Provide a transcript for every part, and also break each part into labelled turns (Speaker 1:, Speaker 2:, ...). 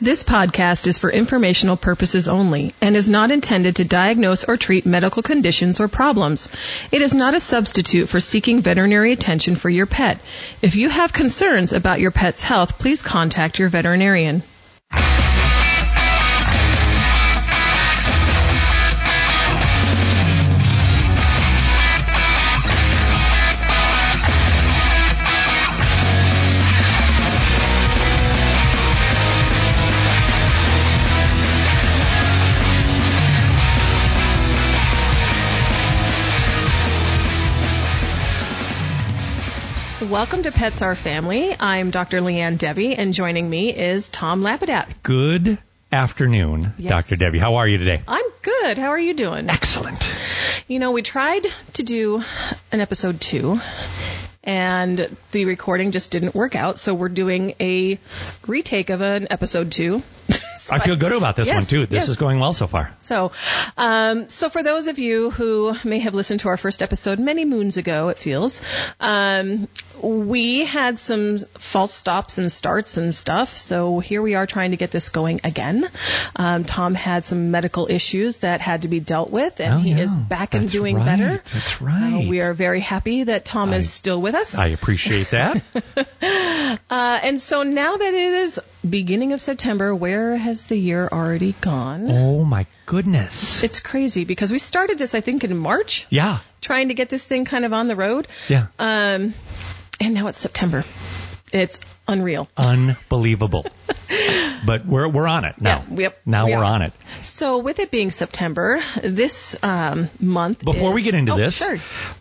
Speaker 1: This podcast is for informational purposes only and is not intended to diagnose or treat medical conditions or problems. It is not a substitute for seeking veterinary attention for your pet. If you have concerns about your pet's health, please contact your veterinarian. Welcome to Pets Are Family. I'm Dr. Leanne Debbie, and joining me is Tom Lapidat.
Speaker 2: Good afternoon,
Speaker 1: Yes.
Speaker 2: Dr. Debbie. How are you today?
Speaker 1: I'm good. How are you doing?
Speaker 2: Excellent.
Speaker 1: You know, we tried to do an episode two, and the recording just didn't work out, so we're doing a retake of an episode two.
Speaker 2: I feel good about this
Speaker 1: Yes,
Speaker 2: one too. This
Speaker 1: yes.
Speaker 2: is going well so far.
Speaker 1: So, um, so for those of you who may have listened to our first episode many moons ago, it feels, um, we had some false stops and starts and stuff. So here we are trying to get this going again. Um, Tom had some medical issues that had to be dealt with, and
Speaker 2: Oh,
Speaker 1: he
Speaker 2: yeah.
Speaker 1: is back and
Speaker 2: That's
Speaker 1: doing
Speaker 2: right.
Speaker 1: better.
Speaker 2: That's
Speaker 1: Uh,
Speaker 2: right.
Speaker 1: we are very happy that Tom
Speaker 2: I-
Speaker 1: is still with us.
Speaker 2: I appreciate that.
Speaker 1: uh, and so now that it is beginning of September, where has the year already gone?
Speaker 2: oh my goodness.
Speaker 1: It's crazy because we started this, I think, in March,
Speaker 2: yeah.
Speaker 1: trying to get this thing kind of on the road.
Speaker 2: Yeah.
Speaker 1: Um, and now it's September. It's unreal.
Speaker 2: Unbelievable. but we're we're on it now.
Speaker 1: Yeah, yep,
Speaker 2: Now
Speaker 1: we
Speaker 2: are
Speaker 1: are.
Speaker 2: on it.
Speaker 1: So, with it being September, this um, month.
Speaker 2: Before we
Speaker 1: is-
Speaker 2: get into
Speaker 1: Oh,
Speaker 2: this,
Speaker 1: sure.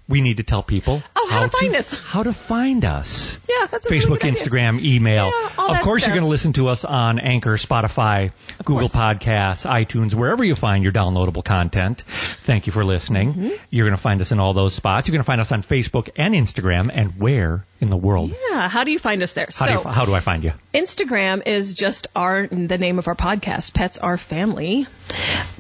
Speaker 2: we need to tell people
Speaker 1: Oh, how to find us.
Speaker 2: How to find us.
Speaker 1: Yeah, that's a really
Speaker 2: Facebook,
Speaker 1: good idea.
Speaker 2: Instagram, email.
Speaker 1: Yeah, all
Speaker 2: of
Speaker 1: that
Speaker 2: course,
Speaker 1: stuff.
Speaker 2: you're going to listen to us on Anchor, Spotify, Google
Speaker 1: course.
Speaker 2: Podcasts, iTunes, wherever you find your downloadable content. Thank you for listening.
Speaker 1: Mm-hmm.
Speaker 2: You're going to find us in all those spots. You're going to find us on Facebook and Instagram. And where in the world?
Speaker 1: Yeah, how do you find us there?
Speaker 2: How, do
Speaker 1: so,
Speaker 2: you, how do I find you?
Speaker 1: Instagram is just our the name of our podcast, Pets Are Family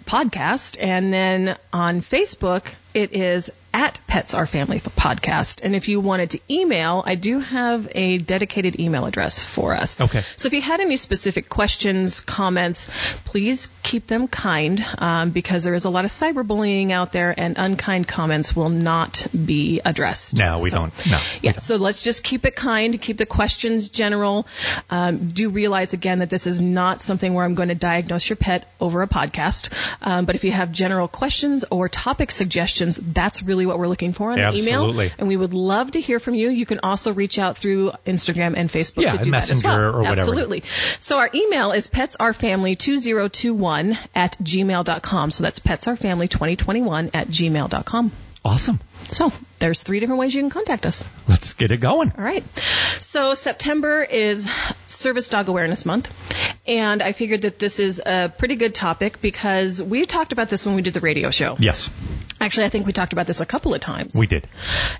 Speaker 1: podcast, and then on Facebook it is at Pets Are Family podcast. And if you wanted to email, I do have a dedicated email address for us.
Speaker 2: Okay.
Speaker 1: So if you had any specific questions, comments, please keep them kind um, because there is a lot of cyberbullying out there, and unkind comments will not be addressed.
Speaker 2: No, we
Speaker 1: So-
Speaker 2: don't. No. we
Speaker 1: yeah, so let's just keep it kind, keep the questions general. Um, do realize again that this is not something where I'm going to diagnose your pet over a podcast. Um, but if you have general questions or topic suggestions, that's really what we're looking for in the email.
Speaker 2: Absolutely.
Speaker 1: And we would love to hear from you. You can also reach out through Instagram and Facebook
Speaker 2: Yeah,
Speaker 1: to do that as
Speaker 2: Messenger
Speaker 1: well.
Speaker 2: or whatever.
Speaker 1: Absolutely. So our email is petsourfamily2021 at gmail.com. So that's petsourfamily2021 at gmail.com.
Speaker 2: Awesome.
Speaker 1: So there's three different ways you can contact us.
Speaker 2: Let's get it going.
Speaker 1: All right. So September is Service Dog Awareness Month, and I figured that this is a pretty good topic because we talked about this when we did the radio show.
Speaker 2: Yes,
Speaker 1: Actually, I think we talked about this a couple of times.
Speaker 2: we did.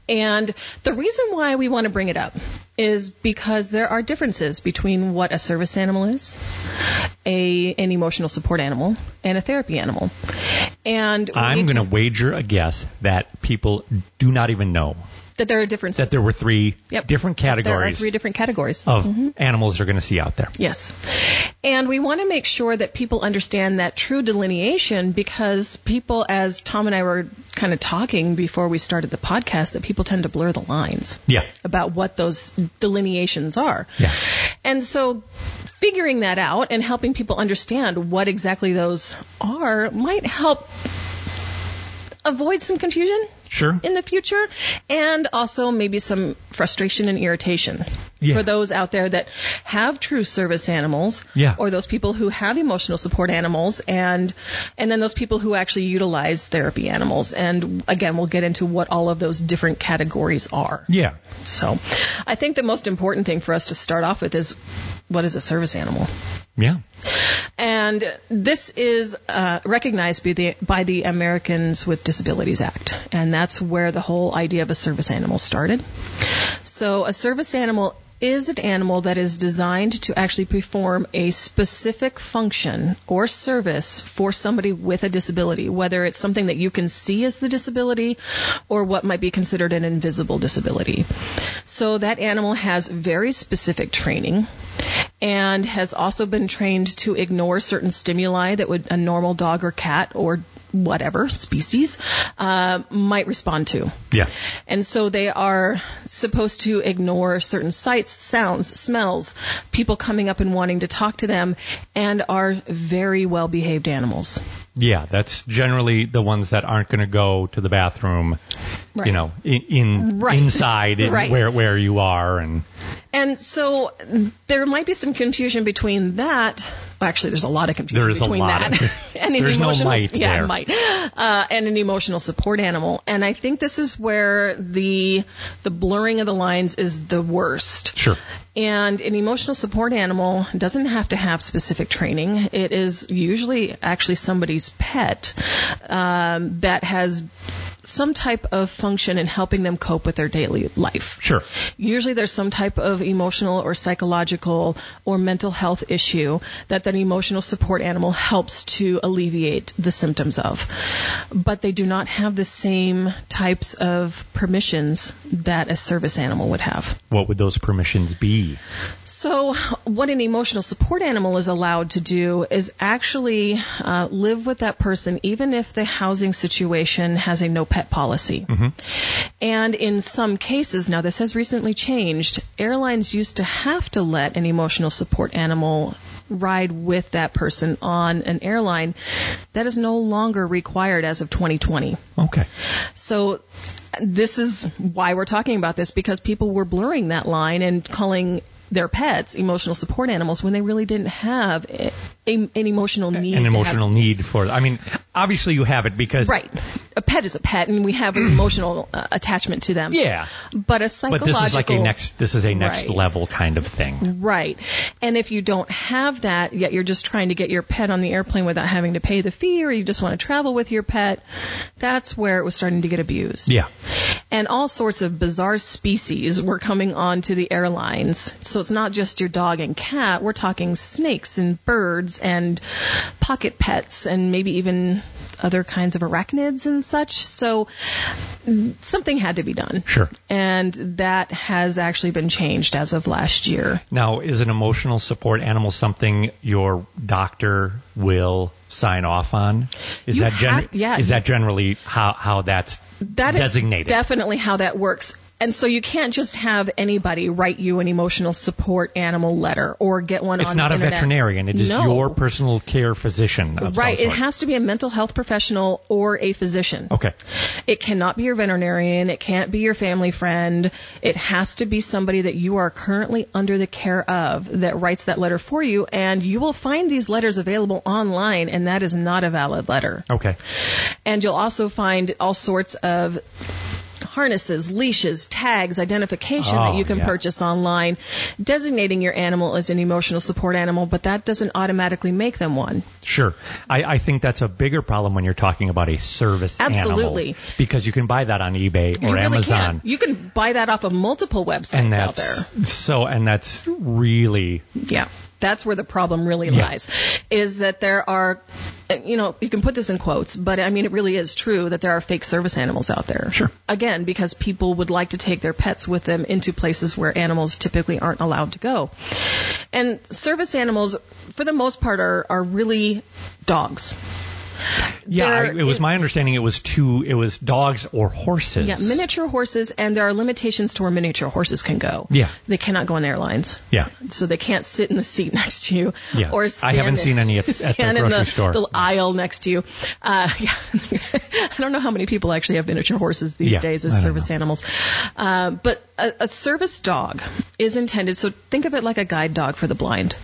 Speaker 1: and the reason why we want to bring it up is because there are differences between what a service animal is, a an emotional support animal, and a therapy animal. And we
Speaker 2: I'm
Speaker 1: need
Speaker 2: going to wager a guess that people do not even know
Speaker 1: that there are differences.
Speaker 2: that there were three
Speaker 1: Yep.
Speaker 2: different
Speaker 1: there are
Speaker 2: categories
Speaker 1: three different categories. Mm-hmm.
Speaker 2: of animals you're going to see out there.
Speaker 1: Yes. And we want to make sure that people understand that true delineation because people, as Tom and I were kind of talking before we started the podcast, that people tend to blur the lines
Speaker 2: Yeah.
Speaker 1: about what those delineations are.
Speaker 2: Yeah.
Speaker 1: And so figuring that out and helping people understand what exactly those are might help avoid some confusion
Speaker 2: Sure.
Speaker 1: in the future and also maybe some frustration and irritation
Speaker 2: Yeah.
Speaker 1: for those out there that have true service animals
Speaker 2: Yeah.
Speaker 1: or those people who have emotional support animals and and then those people who actually utilize therapy animals and again we'll get into what all of those different categories are
Speaker 2: yeah.
Speaker 1: so i think the most important thing for us to start off with is what is a service animal
Speaker 2: Yeah.
Speaker 1: and this is uh, recognized by the, by the Americans with Disabilities Act. And that's where the whole idea of a service animal started. So, a service animal is an animal that is designed to actually perform a specific function or service for somebody with a disability, whether it's something that you can see as the disability or what might be considered an invisible disability. So, that animal has very specific training and has also been trained to ignore certain stimuli that would a normal dog or cat or whatever species uh, might respond to.
Speaker 2: Yeah.
Speaker 1: And so they are supposed to ignore certain sights, sounds, smells, people coming up and wanting to talk to them, and are very well behaved animals.
Speaker 2: Yeah, that's generally the ones that aren't going to go to the bathroom,
Speaker 1: Right.
Speaker 2: you know, in, in
Speaker 1: Right.
Speaker 2: inside and
Speaker 1: Right.
Speaker 2: where where you are and
Speaker 1: And so there might be some confusion between that. Well, actually, there's a lot of confusion
Speaker 2: There is a
Speaker 1: between
Speaker 2: lot
Speaker 1: that
Speaker 2: of-
Speaker 1: and an
Speaker 2: there's no
Speaker 1: emotional,
Speaker 2: might
Speaker 1: yeah,
Speaker 2: there.
Speaker 1: might, uh, and an emotional support animal. And I think this is where the the blurring of the lines is the worst.
Speaker 2: sure.
Speaker 1: And an emotional support animal doesn't have to have specific training. It is usually actually somebody's pet um, that has some type of function in helping them cope with their daily life.
Speaker 2: Sure.
Speaker 1: Usually there's some type of emotional or psychological or mental health issue that that emotional support animal helps to alleviate the symptoms of. But they do not have the same types of permissions that a service animal would have.
Speaker 2: What would those permissions be?
Speaker 1: So, what an emotional support animal is allowed to do is actually uh, live with that person, even if the housing situation has a no pet policy. And in some cases, now this has recently changed, airlines used to have to let an emotional support animal ride with that person on an airline. That is no longer required as of 2020.
Speaker 2: Okay.
Speaker 1: So this is why we're talking about this because people were blurring that line and calling their pets emotional support animals when they really didn't have a, a- an emotional need.
Speaker 2: An
Speaker 1: to
Speaker 2: emotional
Speaker 1: have-
Speaker 2: need for I mean, obviously you have it because
Speaker 1: Right. A pet is a pet, and we have an emotional uh, attachment to them.
Speaker 2: Yeah.
Speaker 1: But a
Speaker 2: But
Speaker 1: psychological.
Speaker 2: this is like a next this is a next
Speaker 1: Right.
Speaker 2: level kind of thing.
Speaker 1: Right. And if you don't have that, yet you're just trying to get your pet on the airplane without having to pay the fee, or you just want to travel with your pet, that's where it was starting to get abused.
Speaker 2: Yeah.
Speaker 1: and all sorts of bizarre species were coming onto the airlines. So it's not just your dog and cat. We're talking snakes and birds and pocket pets and maybe even other kinds of arachnids and such. So something had to be done.
Speaker 2: Sure.
Speaker 1: And that has actually been changed as of last year.
Speaker 2: Now, is an emotional support animal something your doctor will sign off on? Is
Speaker 1: You
Speaker 2: that gen-
Speaker 1: have- yeah.
Speaker 2: is that generally how how that's
Speaker 1: That is
Speaker 2: designated?
Speaker 1: definitely how that works. And so you can't just have anybody write you an emotional support animal letter or get one
Speaker 2: it's
Speaker 1: on
Speaker 2: not
Speaker 1: the
Speaker 2: a
Speaker 1: internet.
Speaker 2: veterinarian. It is
Speaker 1: No.
Speaker 2: your personal care physician of
Speaker 1: Right.
Speaker 2: some
Speaker 1: It
Speaker 2: sort.
Speaker 1: has to be a mental health professional or a physician.
Speaker 2: Okay.
Speaker 1: It cannot be your veterinarian. It can't be your family friend. It has to be somebody that you are currently under the care of that writes that letter for you. And you will find these letters available online, and that is not a valid letter.
Speaker 2: Okay.
Speaker 1: And you'll also find all sorts of harnesses, leashes, tags, identification that
Speaker 2: Oh,
Speaker 1: you can
Speaker 2: yeah.
Speaker 1: purchase online, designating your animal as an emotional support animal, but that doesn't automatically make them one.
Speaker 2: Sure. I, I think that's a bigger problem when you're talking about a service
Speaker 1: Absolutely.
Speaker 2: animal. Because you can buy that on eBay or
Speaker 1: you really
Speaker 2: Amazon.
Speaker 1: Can. You can buy that off of multiple websites
Speaker 2: And
Speaker 1: out
Speaker 2: that's
Speaker 1: there.
Speaker 2: so and that's really
Speaker 1: Yeah. That's where the problem really
Speaker 2: Yeah.
Speaker 1: lies is that there are you know, you can put this in quotes, but I mean it really is true that there are fake service animals out there.
Speaker 2: Sure.
Speaker 1: Again, because people would like to take their pets with them into places where animals typically aren't allowed to go. And service animals for the most part are are really dogs.
Speaker 2: Yeah, I,
Speaker 1: There-
Speaker 2: it was my understanding it was two it was dogs or horses.
Speaker 1: Yeah, miniature horses, and there are limitations to where miniature horses can go.
Speaker 2: Yeah.
Speaker 1: They cannot go on airlines.
Speaker 2: Yeah.
Speaker 1: So they can't sit in the seat next to you.
Speaker 2: Yeah.
Speaker 1: Or
Speaker 2: I
Speaker 1: stand
Speaker 2: haven't
Speaker 1: in-
Speaker 2: seen any at- at the
Speaker 1: stand in
Speaker 2: grocery
Speaker 1: the,
Speaker 2: store.
Speaker 1: the aisle next to you. Uh, yeah. I don't know how many people actually have miniature horses these
Speaker 2: Yeah,
Speaker 1: days
Speaker 2: I
Speaker 1: as
Speaker 2: don't
Speaker 1: service animals. Uh, but a, a service dog is intended, so think of it like a guide dog for the blind.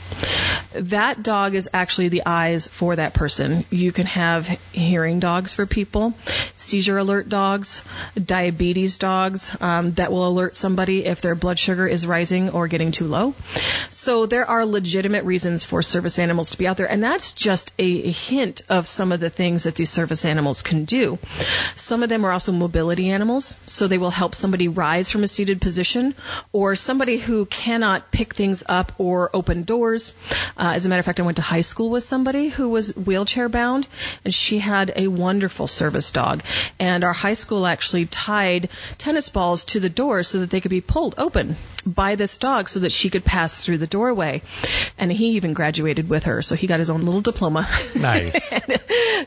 Speaker 1: That dog is actually the eyes for that person. You can have hearing dogs for people, seizure alert dogs, diabetes dogs um, that will alert somebody if their blood sugar is rising or getting too low. So there are legitimate reasons for service animals to be out there, and that's just a a hint of some of the things that these service animals can do. Some of them are also mobility animals, so they will help somebody rise from a seated position, or somebody who cannot pick things up or open doors. Uh, as a matter of fact, I went to high school with somebody who was wheelchair bound, and she had a wonderful service dog. And our high school actually tied tennis balls to the door so that they could be pulled open by this dog so that she could pass through the doorway. And he even graduated with her, so he got his own little diploma.
Speaker 2: Nice.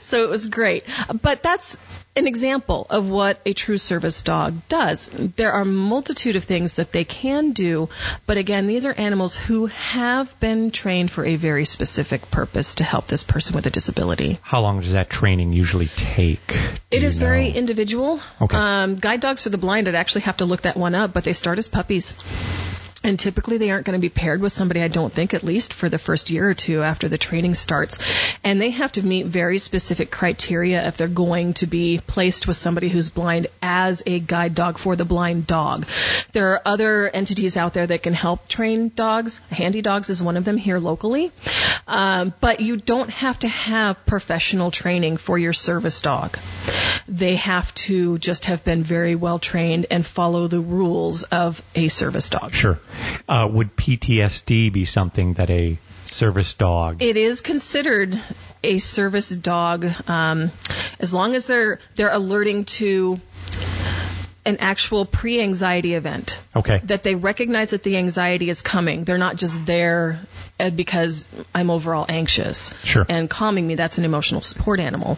Speaker 1: so it was great. But that's an example of what a true service dog does. There are a multitude of things that they can do, but again, these are animals who have been trained for a very specific purpose to help this person with a disability.
Speaker 2: How long does that training usually take? Do
Speaker 1: It
Speaker 2: you
Speaker 1: is very
Speaker 2: know?
Speaker 1: individual.
Speaker 2: Okay.
Speaker 1: Um, guide dogs for the blind, I'd actually have to look that one up, but they start as puppies. And typically they aren't going to be paired with somebody, I don't think, at least for the first year or two after the training starts. And they have to meet very specific criteria if they're going to be placed with somebody who's blind as a guide dog for the blind dog. There are other entities out there that can help train dogs. Handy Dogs is one of them here locally. Um, but you don't have to have professional training for your service dog they have to just have been very well trained and follow the rules of a service dog.
Speaker 2: Sure. Uh, would PTSD be something that a service dog?
Speaker 1: It is considered a service dog um, as long as they're they're alerting to an actual pre-anxiety event.
Speaker 2: okay.
Speaker 1: That they recognize that the anxiety is coming. They're not just there uh, because I'm overall anxious.
Speaker 2: Sure.
Speaker 1: And calming me, that's an emotional support animal.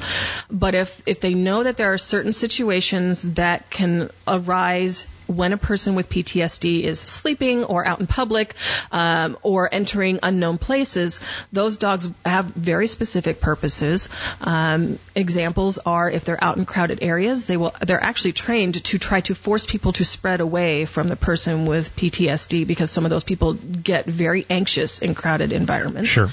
Speaker 1: But if, if they know that there are certain situations that can arise when a person with PTSD is sleeping or out in public um, or entering unknown places, those dogs have very specific purposes. Um, examples are if they're out in crowded areas, they will they're actually trained to try to force people to spread away from the person with PTSD because some of those people get very anxious in crowded environments.
Speaker 2: Sure.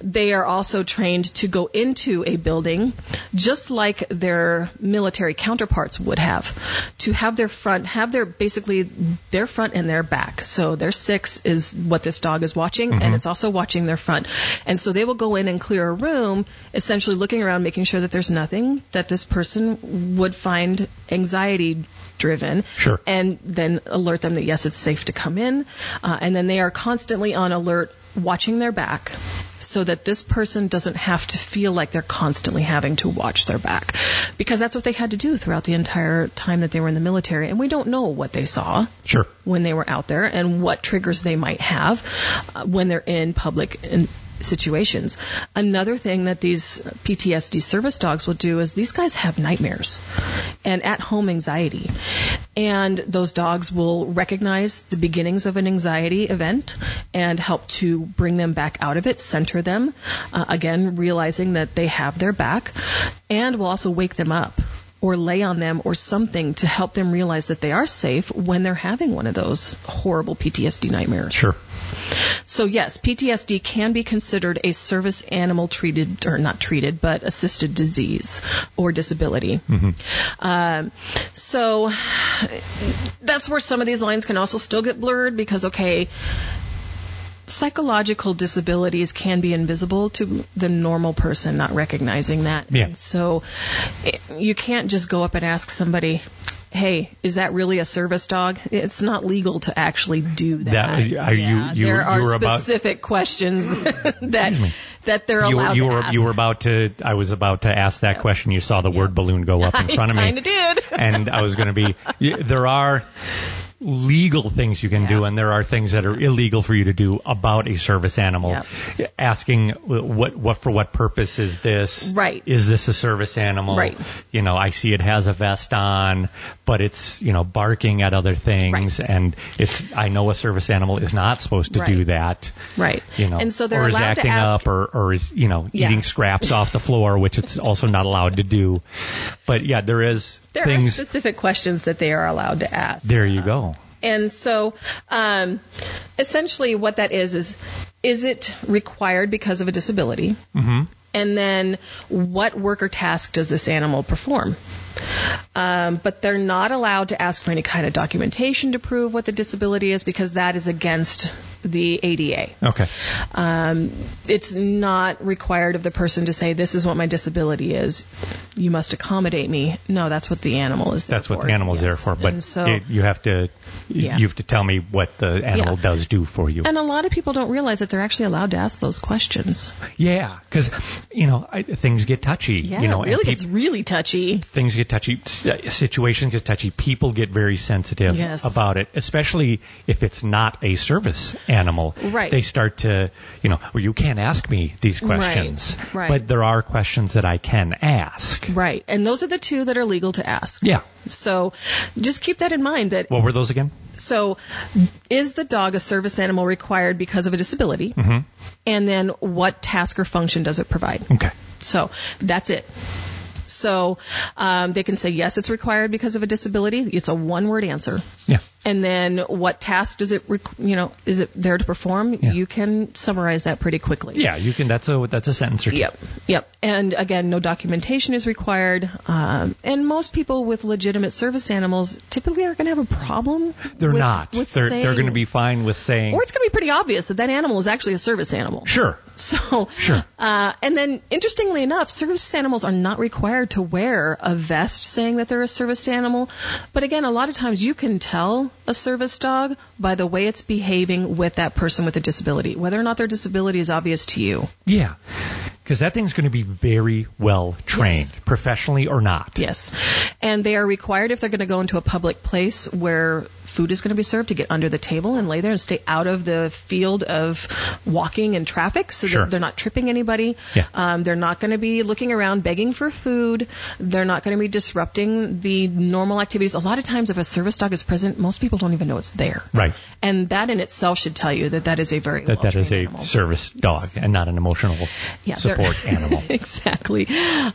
Speaker 1: They are also trained to go into a building just like their military counterparts would have to have their front, have their basically their front and their back. So their six is what this dog is watching and it's also watching their front. And so they will go in and clear a room, essentially looking around, making sure that there's nothing that this person would find anxiety driven
Speaker 2: Sure.
Speaker 1: and then alert them that yes, it's safe to come in. Uh, and then they are constantly on alert, watching their back, so that this person doesn't have to feel like they're constantly having to watch their back, because that's what they had to do throughout the entire time that they were in the military. And we don't know what they saw
Speaker 2: Sure.
Speaker 1: when they were out there and what triggers they might have uh, when they're in public in situations. Another thing that these PTSD service dogs will do is these guys have nightmares and at home anxiety. And those dogs will recognize the beginnings of an anxiety event and help to bring them back out of it, center them, uh, again, realizing that they have their back, and will also wake them up or lay on them or something to help them realize that they are safe when they're having one of those horrible PTSD nightmares.
Speaker 2: Sure.
Speaker 1: So yes, PTSD can be considered a service animal treated or not treated, but assisted disease or disability. Um, so that's where some of these lines can also still get blurred because okay, psychological disabilities can be invisible to the normal person not recognizing that.
Speaker 2: Yeah.
Speaker 1: And so it, you can't just go up and ask somebody, "Hey, is that really a service dog?" It's not legal to actually do that.
Speaker 2: That- uh, are you-
Speaker 1: Yeah,
Speaker 2: you-
Speaker 1: there
Speaker 2: you
Speaker 1: are
Speaker 2: were about-
Speaker 1: specific questions that that they're
Speaker 2: You,
Speaker 1: allowed
Speaker 2: you
Speaker 1: to
Speaker 2: were
Speaker 1: ask.
Speaker 2: you were about to. I was about to ask that question. You saw the word balloon go up in front of
Speaker 1: I kinda
Speaker 2: me,
Speaker 1: did.
Speaker 2: and I was going to be. y- There are legal things you can do,
Speaker 1: Yeah.
Speaker 2: and there are things that are illegal for you to do about a service animal. Asking uh, what what for what purpose is this?
Speaker 1: Right.
Speaker 2: Is this a service animal?
Speaker 1: Right.
Speaker 2: You know, I see it has a vest on, but it's you know barking at other things, and it's. I know a service animal is not supposed to do
Speaker 1: Right.
Speaker 2: that
Speaker 1: right.
Speaker 2: you know,
Speaker 1: and so they're
Speaker 2: or is
Speaker 1: allowed
Speaker 2: acting
Speaker 1: to ask
Speaker 2: up, or or is you know
Speaker 1: Yeah.
Speaker 2: eating scraps off the floor, which it's also not allowed to do. But yeah, there is
Speaker 1: there are
Speaker 2: things.
Speaker 1: specific questions that they are allowed to ask.
Speaker 2: there you go.
Speaker 1: And so, um, essentially, what that is is is it required because of a disability? Mm-hmm. And then, what work or task does this animal perform? Um, but they're not allowed to ask for any kind of documentation to prove what the disability is because that is against the ADA
Speaker 2: Okay,
Speaker 1: um, it's not required of the person to say this is what my disability is. You must accommodate me. No, that's what the animal is. There
Speaker 2: that's what
Speaker 1: for.
Speaker 2: the animal's
Speaker 1: Yes.
Speaker 2: there for. But
Speaker 1: and so,
Speaker 2: it- you have to
Speaker 1: Yeah.
Speaker 2: you have to tell me what the animal
Speaker 1: Yeah.
Speaker 2: does do for you.
Speaker 1: and a lot of people don't realize that they're actually allowed to ask those questions.
Speaker 2: Yeah, because you know I, things get touchy.
Speaker 1: Yeah,
Speaker 2: you know,
Speaker 1: it really
Speaker 2: and peop-
Speaker 1: gets really touchy.
Speaker 2: things get touchy, s- situations get touchy. People get very sensitive
Speaker 1: Yes.
Speaker 2: about it, especially if it's not a service animal.
Speaker 1: Right.
Speaker 2: They start to, you know, well, you can't ask me these questions,
Speaker 1: right.
Speaker 2: but there are questions that I can ask.
Speaker 1: Right. And those are the two that are legal to ask.
Speaker 2: Yeah.
Speaker 1: So just keep that in mind that
Speaker 2: What were those again?
Speaker 1: so is the dog a service animal required because of a disability?
Speaker 2: Mm-hmm.
Speaker 1: And then what task or function does it provide?
Speaker 2: Okay.
Speaker 1: So that's it. So um, they can say yes, it's required because of a disability. It's a one-word answer.
Speaker 2: Yeah.
Speaker 1: And then what task does it, requ- you know, is it there to perform?
Speaker 2: Yeah.
Speaker 1: You can summarize that pretty quickly.
Speaker 2: Yeah, you can. That's a that's a sentence or two.
Speaker 1: Yep, yep. And again, no documentation is required. Um, and most people with legitimate service animals typically aren't going to have a problem.
Speaker 2: They're
Speaker 1: with-
Speaker 2: not.
Speaker 1: With
Speaker 2: they're
Speaker 1: saying,
Speaker 2: they're going to be fine with saying.
Speaker 1: Or it's going to be pretty obvious that that animal is actually a service animal.
Speaker 2: Sure.
Speaker 1: So,
Speaker 2: Sure.
Speaker 1: Uh, and then, interestingly enough, service animals are not required to wear a vest saying that they're a service animal. But again, a lot of times you can tell a service dog by the way it's behaving with that person with a disability, whether or not their disability is obvious to you.
Speaker 2: Yeah. Because that thing's going to be very well trained,
Speaker 1: Yes.
Speaker 2: professionally or not.
Speaker 1: Yes. And they are required if they're going to go into a public place where food is going to be served to get under the table and lay there and stay out of the field of walking and traffic so
Speaker 2: Sure.
Speaker 1: that they're not tripping anybody.
Speaker 2: Yeah.
Speaker 1: Um, they're not going to be looking around begging for food. They're not going to be disrupting the normal activities. A lot of times, if a service dog is present, most people don't even know it's there.
Speaker 2: Right.
Speaker 1: And that in itself should tell you that that is a very
Speaker 2: that that is a
Speaker 1: well-trained animal.
Speaker 2: service dog and not an emotional
Speaker 1: Yeah, they're-
Speaker 2: support animal.
Speaker 1: exactly.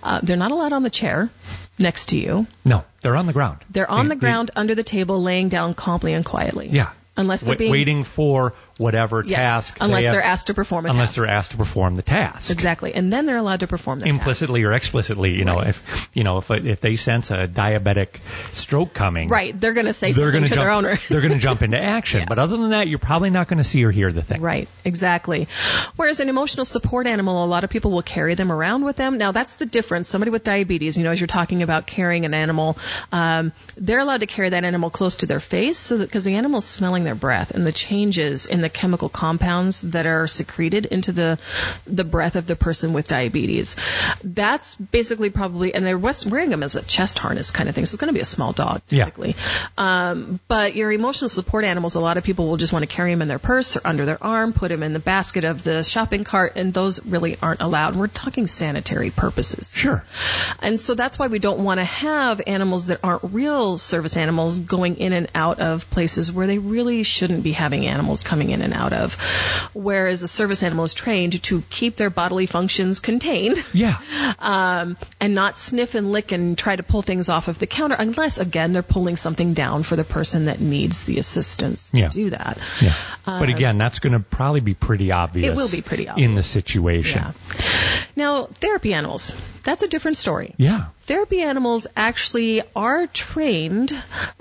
Speaker 1: Uh, they're not allowed on the chair next to you.
Speaker 2: No, they're on the ground.
Speaker 1: They're on the
Speaker 2: They- they-
Speaker 1: ground under the table, laying down calmly and quietly.
Speaker 2: yeah.
Speaker 1: Unless they're
Speaker 2: Wa-
Speaker 1: being
Speaker 2: waiting for whatever
Speaker 1: yes,
Speaker 2: task. they
Speaker 1: Unless
Speaker 2: have-
Speaker 1: they're asked to perform a
Speaker 2: Unless
Speaker 1: task.
Speaker 2: they're asked to perform the task.
Speaker 1: exactly, and then they're allowed to perform their
Speaker 2: Implicitly or explicitly, you know,
Speaker 1: Right.
Speaker 2: if you know if if they sense a diabetic stroke coming,
Speaker 1: Task. Right. They're going to say
Speaker 2: they're
Speaker 1: something
Speaker 2: going
Speaker 1: to
Speaker 2: to jump.
Speaker 1: their owner.
Speaker 2: they're going to jump into action. But other than that, you're probably not going to see or hear the thing.
Speaker 1: Right, exactly. Whereas an emotional support animal, a lot of people will carry them around with them. Now that's the difference. Somebody with diabetes, you know, as you're talking about carrying an animal, um, they're allowed to carry that animal close to their face, so that because the animal's smelling their breath and the changes in the chemical compounds that are secreted into the the breath of the person with diabetes. That's basically probably, and they're wes- wearing them as a chest harness kind of thing. So it's going to be a small dog
Speaker 2: Yeah.
Speaker 1: typically. Um, but your emotional support animals, a lot of people will just want to carry them in their purse or under their arm, put them in the basket of the shopping cart, and those really aren't allowed. We're talking sanitary purposes.
Speaker 2: Sure.
Speaker 1: And so that's why we don't want to have animals that aren't real service animals going in and out of places where they really shouldn't be having animals coming in and out of. Whereas a service animal is trained to keep their bodily functions contained
Speaker 2: Yeah.
Speaker 1: um, and not sniff and lick and try to pull things off of the counter unless, again, they're pulling something down for the person that needs the assistance to
Speaker 2: Yeah.
Speaker 1: do that. Uh,
Speaker 2: Yeah. but again, that's going to probably be pretty obvious.
Speaker 1: It will be pretty
Speaker 2: in the
Speaker 1: obvious.
Speaker 2: situation.
Speaker 1: Yeah. Now, therapy animals. That's a different story.
Speaker 2: Yeah.
Speaker 1: Therapy animals actually are trained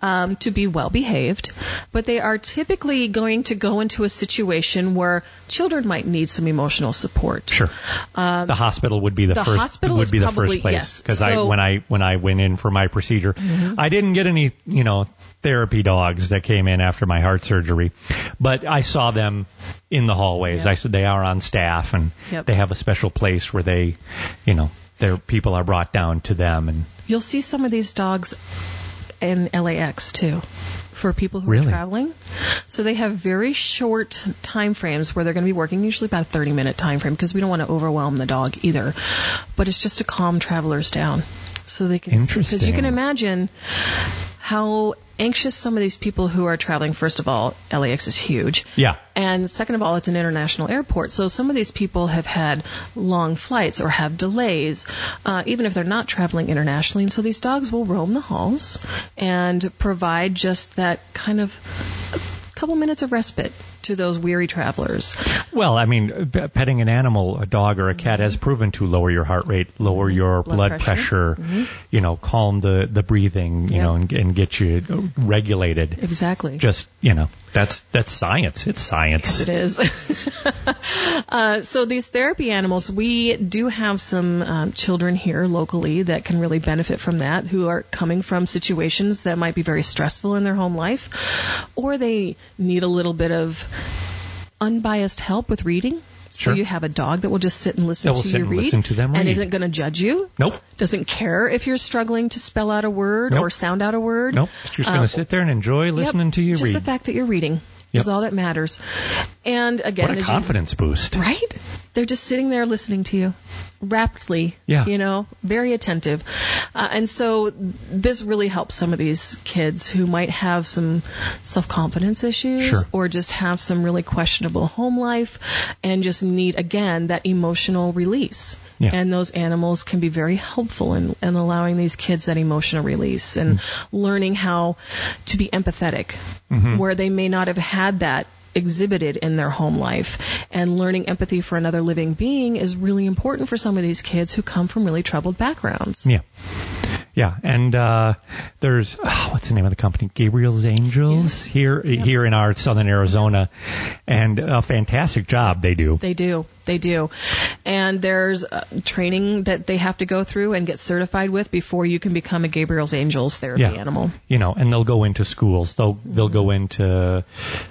Speaker 1: um, to be well behaved, but they are typically going to go into a situation where children might need some emotional support.
Speaker 2: Sure. the hospital would be the,
Speaker 1: Um, the
Speaker 2: first
Speaker 1: hospital
Speaker 2: would
Speaker 1: is
Speaker 2: be the
Speaker 1: probably-
Speaker 2: first place
Speaker 1: yes.
Speaker 2: I
Speaker 1: So- Mm-hmm.
Speaker 2: when I when I went in for my procedure, I didn't get any, you know, therapy dogs that came in after my heart surgery, but I saw them in the hallways.
Speaker 1: Yep.
Speaker 2: I said they are on staff and
Speaker 1: Yep.
Speaker 2: they have a special place where they, you know, their people are brought down to them and
Speaker 1: You'll see some of these dogs in LAX too for people who
Speaker 2: Really?
Speaker 1: are traveling. So they have very short time frames where they're going to be working, usually about a 30 minute time frame because we don't want to overwhelm the dog either. But it's just to calm travelers down so they can because you
Speaker 2: Interesting.
Speaker 1: can imagine how anxious some of these people who are traveling first of all LAX is huge.
Speaker 2: Yeah.
Speaker 1: And second of all, it's an international airport. So some of these people have had long flights or have delays, uh, even if they're not traveling internationally. And so these dogs will roam the halls and provide just that kind of couple minutes of respite to those weary travelers.
Speaker 2: Well, I mean, p- petting an animal, a dog or a cat, has proven to lower your heart rate, lower your
Speaker 1: Mm-hmm. Blood
Speaker 2: blood pressure,
Speaker 1: pressure. Mm-hmm.
Speaker 2: you know, calm the, the breathing, you
Speaker 1: Yep.
Speaker 2: know, and, and get you uh, regulated.
Speaker 1: Exactly.
Speaker 2: Just, you know, that's that's science. It's science.
Speaker 1: It is. uh, so these therapy animals, we do have some um, children here locally that can really benefit from that, who are coming from situations that might be very stressful in their home life, or they need a little bit of unbiased help with reading. So
Speaker 2: Sure.
Speaker 1: you have a dog that will just sit and listen
Speaker 2: That will
Speaker 1: to
Speaker 2: sit
Speaker 1: you
Speaker 2: and
Speaker 1: read,
Speaker 2: listen to them
Speaker 1: and
Speaker 2: read.
Speaker 1: isn't going to judge you.
Speaker 2: Nope.
Speaker 1: Doesn't care if you're struggling to spell out a word
Speaker 2: Nope.
Speaker 1: or sound out a word.
Speaker 2: Nope. She's going
Speaker 1: Uh,
Speaker 2: to sit there and enjoy listening
Speaker 1: yep,
Speaker 2: to you
Speaker 1: just
Speaker 2: read.
Speaker 1: the fact that you're reading is
Speaker 2: Yep.
Speaker 1: all that matters. And again,
Speaker 2: what a
Speaker 1: as you-
Speaker 2: confidence boost.
Speaker 1: Right? They're just sitting there listening to you raptly.
Speaker 2: Yeah.
Speaker 1: You know, very attentive. Uh, and so this really helps some of these kids who might have some self confidence issues
Speaker 2: Sure.
Speaker 1: or just have some really questionable home life and just need, again, that emotional release.
Speaker 2: Yeah.
Speaker 1: And those animals can be very helpful in, in allowing these kids that emotional release and learning how to be empathetic
Speaker 2: Mm-hmm.
Speaker 1: where they may not have had that exhibited in their home life. And learning empathy for another living being is really important for some of these kids who come from really troubled backgrounds.
Speaker 2: Yeah. Yeah, and uh, there's oh, what's the name of the company? Gabriel's Angels here here in our southern Arizona, and a fantastic job they do.
Speaker 1: They do. They do. And there's uh, training that they have to go through and get certified with before you can become a Gabriel's Angels therapy
Speaker 2: yeah,
Speaker 1: animal. Mm-hmm.
Speaker 2: You know, and they'll go into schools. They'll they'll go into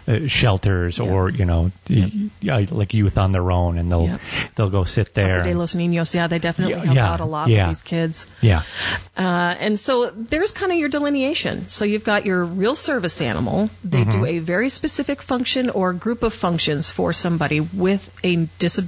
Speaker 2: uh, shelters or you know, y- yeah, like youth on their own, and they'll
Speaker 1: Yep.
Speaker 2: they'll go sit there.
Speaker 1: Casa de los Niños. Yeah, they definitely
Speaker 2: Yeah,
Speaker 1: help
Speaker 2: yeah,
Speaker 1: out a lot
Speaker 2: yeah.
Speaker 1: with these kids.
Speaker 2: yeah,
Speaker 1: Uh, and so there's kind of your delineation. So you've got your real service animal. They do a very specific function or group of functions for somebody with a disability.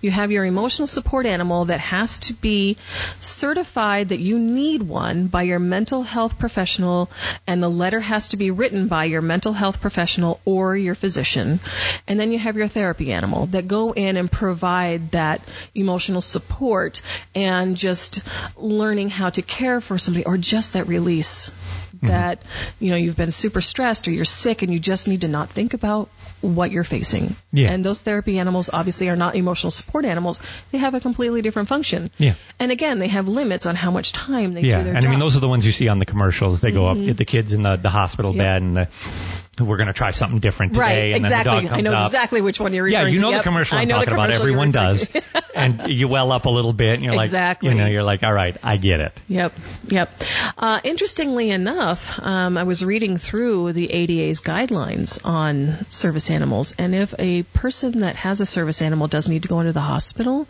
Speaker 1: You have your emotional support animal that has to be certified that you need one by your mental health professional, and the letter has to be written by your mental health professional or your physician. And then you have your therapy animal that go in and provide that emotional support and just learning how to care for somebody or just that release
Speaker 2: Mm-hmm.
Speaker 1: that you know you've been super stressed or you're sick and you just need to not think about what you're facing.
Speaker 2: Yeah.
Speaker 1: And those therapy animals obviously are not emotional support animals. They have a completely different function.
Speaker 2: Yeah.
Speaker 1: And again, they have limits on how much time they
Speaker 2: yeah.
Speaker 1: do their
Speaker 2: And I
Speaker 1: job. Mm-hmm.
Speaker 2: mean, those are the ones you see on the commercials. They go up, get the kids in the the hospital
Speaker 1: Yeah.
Speaker 2: bed, and the, we're going to try something different today.
Speaker 1: right,
Speaker 2: and
Speaker 1: exactly.
Speaker 2: Then the dog comes
Speaker 1: I know
Speaker 2: up.
Speaker 1: exactly which one you're referring
Speaker 2: Yeah,
Speaker 1: to.
Speaker 2: you know
Speaker 1: Yep.
Speaker 2: the commercial
Speaker 1: I
Speaker 2: I'm
Speaker 1: know the
Speaker 2: talking about.
Speaker 1: commercial you're
Speaker 2: Everyone
Speaker 1: referring
Speaker 2: does,
Speaker 1: to.
Speaker 2: and you well up a little bit, and you're like,
Speaker 1: Exactly.
Speaker 2: you know, you're like, all right, I get it.
Speaker 1: Yep, yep. Uh, interestingly enough, um, I was reading through the ADA's guidelines on service animals, and if a person that has a service animal does need to go into the hospital,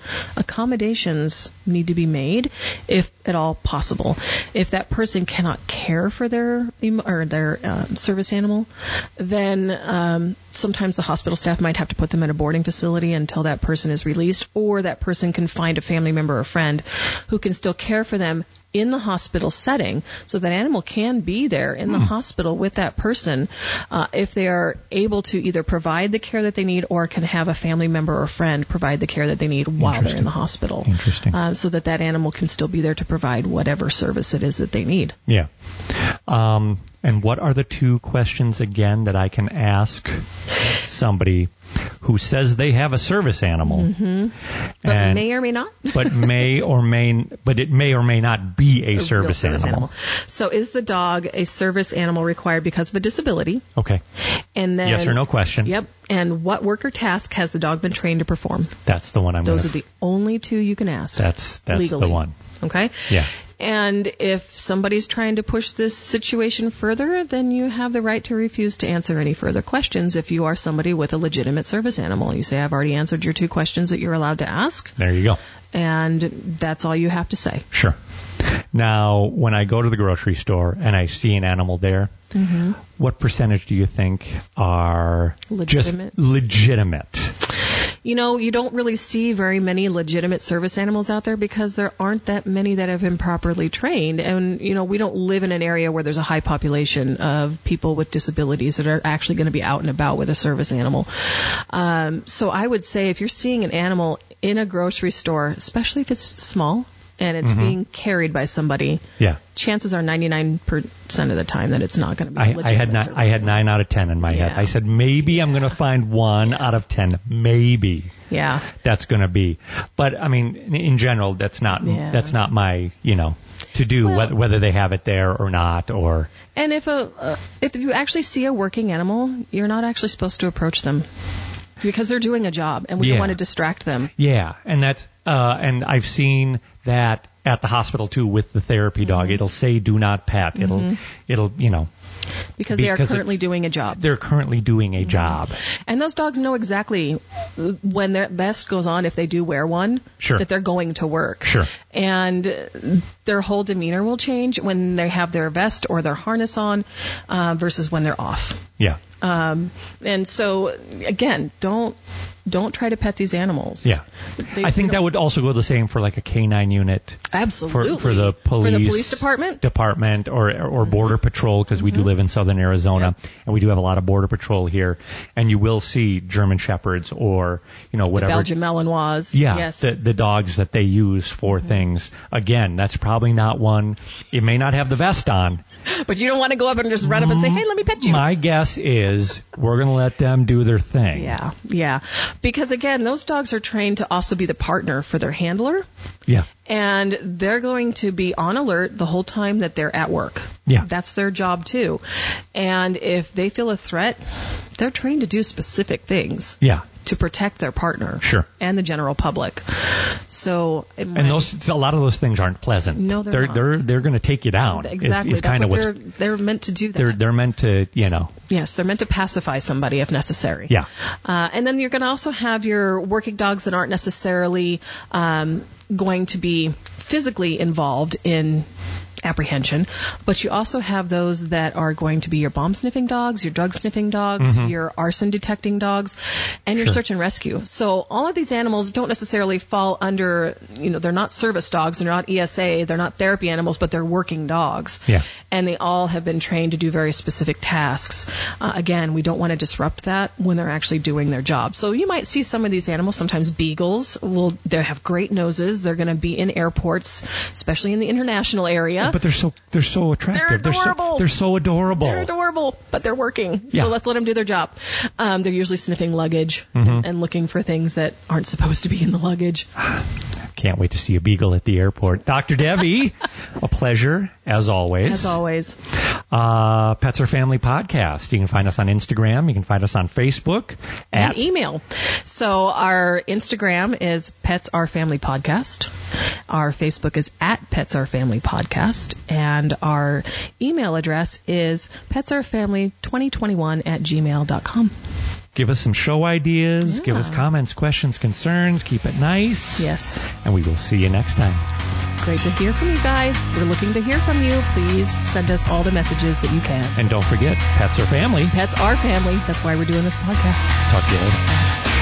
Speaker 1: accommodations need to be made, if at all possible. If that person cannot care for their em- or their uh, service animal, then um, sometimes the hospital staff might have to put them in a boarding facility until that person is released, or that person can find a family member or friend who can still care for them in the hospital setting so that animal can be there in
Speaker 2: Hmm.
Speaker 1: the hospital with that person uh, if they are able to either provide the care that they need or can have a family member or friend provide the care that they need while they're in the hospital
Speaker 2: Interesting.
Speaker 1: Uh, so that that animal can still be there to provide whatever service it is that they need
Speaker 2: Yeah. Um, and what are the two questions again that I can ask somebody who says they have a service animal,
Speaker 1: Mm-hmm. but
Speaker 2: and-
Speaker 1: may or may not
Speaker 2: but may or may but it may or may not be a,
Speaker 1: real
Speaker 2: service, animal.
Speaker 1: so is the dog a service animal required because of a disability
Speaker 2: Okay.
Speaker 1: and then
Speaker 2: yes or no question.
Speaker 1: yep and what work or task has the dog been trained to perform
Speaker 2: That's the one I'm.
Speaker 1: Those are
Speaker 2: gonna,
Speaker 1: the only two you can ask.
Speaker 2: That's that's
Speaker 1: legally.
Speaker 2: the one.
Speaker 1: Okay?
Speaker 2: Yeah.
Speaker 1: And if somebody's trying to push this situation further, then you have the right to refuse to answer any further questions if you are somebody with a legitimate service animal. You say, I've already answered your two questions that you're allowed to ask,
Speaker 2: There you go.
Speaker 1: and that's all you have to say.
Speaker 2: Sure. Now, when I go to the grocery store and I see an animal there,
Speaker 1: Mm-hmm.
Speaker 2: what percentage do you think are
Speaker 1: Legitimate?
Speaker 2: just legitimate?
Speaker 1: You know, you don't really see very many legitimate service animals out there because there aren't that many that have been properly trained. And, you know, we don't live in an area where there's a high population of people with disabilities that are actually going to be out and about with a service animal. Um, so I would say if you're seeing an animal in a grocery store, especially if it's small and
Speaker 2: Mm-hmm.
Speaker 1: it's being carried by somebody,
Speaker 2: Yeah.
Speaker 1: chances are 99% of the time that it's not going to be a
Speaker 2: I, I had
Speaker 1: legitimate
Speaker 2: not,
Speaker 1: service
Speaker 2: I had nine out of ten in my head.
Speaker 1: Yeah.
Speaker 2: I said maybe I'm going to find one out of ten, maybe
Speaker 1: Yeah.
Speaker 2: that's going to be. But I mean, in- in general, that's not
Speaker 1: Yeah.
Speaker 2: that's not my you know to do
Speaker 1: Well-
Speaker 2: whether, whether they have it there or not or
Speaker 1: And if a uh, if you actually see a working animal, you're not actually supposed to approach them because they're doing a job, and we
Speaker 2: Yeah.
Speaker 1: don't want to distract them.
Speaker 2: yeah, and that's uh, and I've seen that at the hospital too with the therapy
Speaker 1: Mm-hmm.
Speaker 2: dog. It'll say "Do not pet." It'll it'll you know
Speaker 1: because they are
Speaker 2: Because
Speaker 1: currently
Speaker 2: it's-
Speaker 1: doing a job.
Speaker 2: they're currently doing
Speaker 1: Mm-hmm.
Speaker 2: a job.
Speaker 1: And those dogs know exactly when their vest goes on, if they do wear one,
Speaker 2: Sure.
Speaker 1: that they're going to work.
Speaker 2: Sure.
Speaker 1: And uh, their whole demeanor will change when they have their vest or their harness on uh, versus when they're off.
Speaker 2: Yeah.
Speaker 1: Um, and so, again, don't don't try to pet these animals.
Speaker 2: Yeah.
Speaker 1: They-
Speaker 2: I think
Speaker 1: they
Speaker 2: that would also go the same for like a canine unit.
Speaker 1: absolutely
Speaker 2: For, for the police
Speaker 1: for the police department. Mm-hmm.
Speaker 2: department or or border patrol because we do live in southern Arizona and we do have a lot of border patrol here and you will see German shepherds or you know whatever
Speaker 1: Belgian Malinois.
Speaker 2: yeah,
Speaker 1: Yes. Mm-hmm.
Speaker 2: the, the dogs that they use for things. Again, that's probably not one. It may not have the vest on.
Speaker 1: but you don't want to go up and just run up and say, "Hey, let me pet you."
Speaker 2: My guess is we're going to let them do their thing.
Speaker 1: Yeah, yeah. Because again, those dogs are trained to also be the partner for their handler,
Speaker 2: Yeah.
Speaker 1: and they're going to be on alert the whole time that they're at work.
Speaker 2: Yeah.
Speaker 1: That's their job too. And if they feel a threat, they're trained to do specific things
Speaker 2: Yeah.
Speaker 1: to protect their partner
Speaker 2: Sure.
Speaker 1: and the general public. So, it might-
Speaker 2: And those, a lot of those things aren't pleasant.
Speaker 1: No, they're
Speaker 2: they're
Speaker 1: not.
Speaker 2: they're, they're going to take you down. is-
Speaker 1: exactly
Speaker 2: Is,
Speaker 1: that's
Speaker 2: kind of
Speaker 1: what
Speaker 2: what's
Speaker 1: they're they're meant to do. That.
Speaker 2: they're they're meant to you know
Speaker 1: Yes, they're meant to pacify somebody if necessary.
Speaker 2: Yeah.
Speaker 1: Uh, and then you're going to also have your working dogs that aren't necessarily um, going to be physically involved in apprehension, but you also have those that are going to be your bomb sniffing dogs, your drug sniffing dogs, your arson detecting dogs, and your
Speaker 2: Mm-hmm. Sure.
Speaker 1: search and rescue. So all of these animals don't necessarily fall under, you know, they're not service dogs, they're not ESA, they're not therapy animals, but they're working dogs
Speaker 2: Yeah.
Speaker 1: and they all have been trained to do very specific tasks. Uh, again, we don't want to disrupt that when they're actually doing their job. So you might see some of these animals, sometimes beagles, will they have great noses. They're going to be in airports, especially in the international area.
Speaker 2: but they're so they're so attractive
Speaker 1: adorable.
Speaker 2: so they're so adorable
Speaker 1: they're adorable, but they're working.
Speaker 2: Yeah.
Speaker 1: So let's let them do their job. Um, they're usually sniffing luggage
Speaker 2: Mm-hmm.
Speaker 1: and looking for things that aren't supposed to be in the luggage.
Speaker 2: can't wait to see a beagle at the airport Dr Devi a pleasure as always
Speaker 1: As always,
Speaker 2: uh, Pets Are Family podcast you can find us on Instagram you can find us on Facebook at
Speaker 1: and email. So our Instagram is Pets Our Family Podcast. Our Facebook is at Pets Our Family Podcast. And our email address is petsourfamily2021 at gmail.com.
Speaker 2: give us some show ideas give us
Speaker 1: Yeah.
Speaker 2: comments questions concerns keep it nice
Speaker 1: Yes.
Speaker 2: and we will see you next time
Speaker 1: Great to hear from you guys. We're looking to hear from you. Please send us all the messages that you can.
Speaker 2: and don't forget Pets Are Family
Speaker 1: Pets Are Family. That's why we're doing this podcast.
Speaker 2: talk to you later.
Speaker 1: Bye.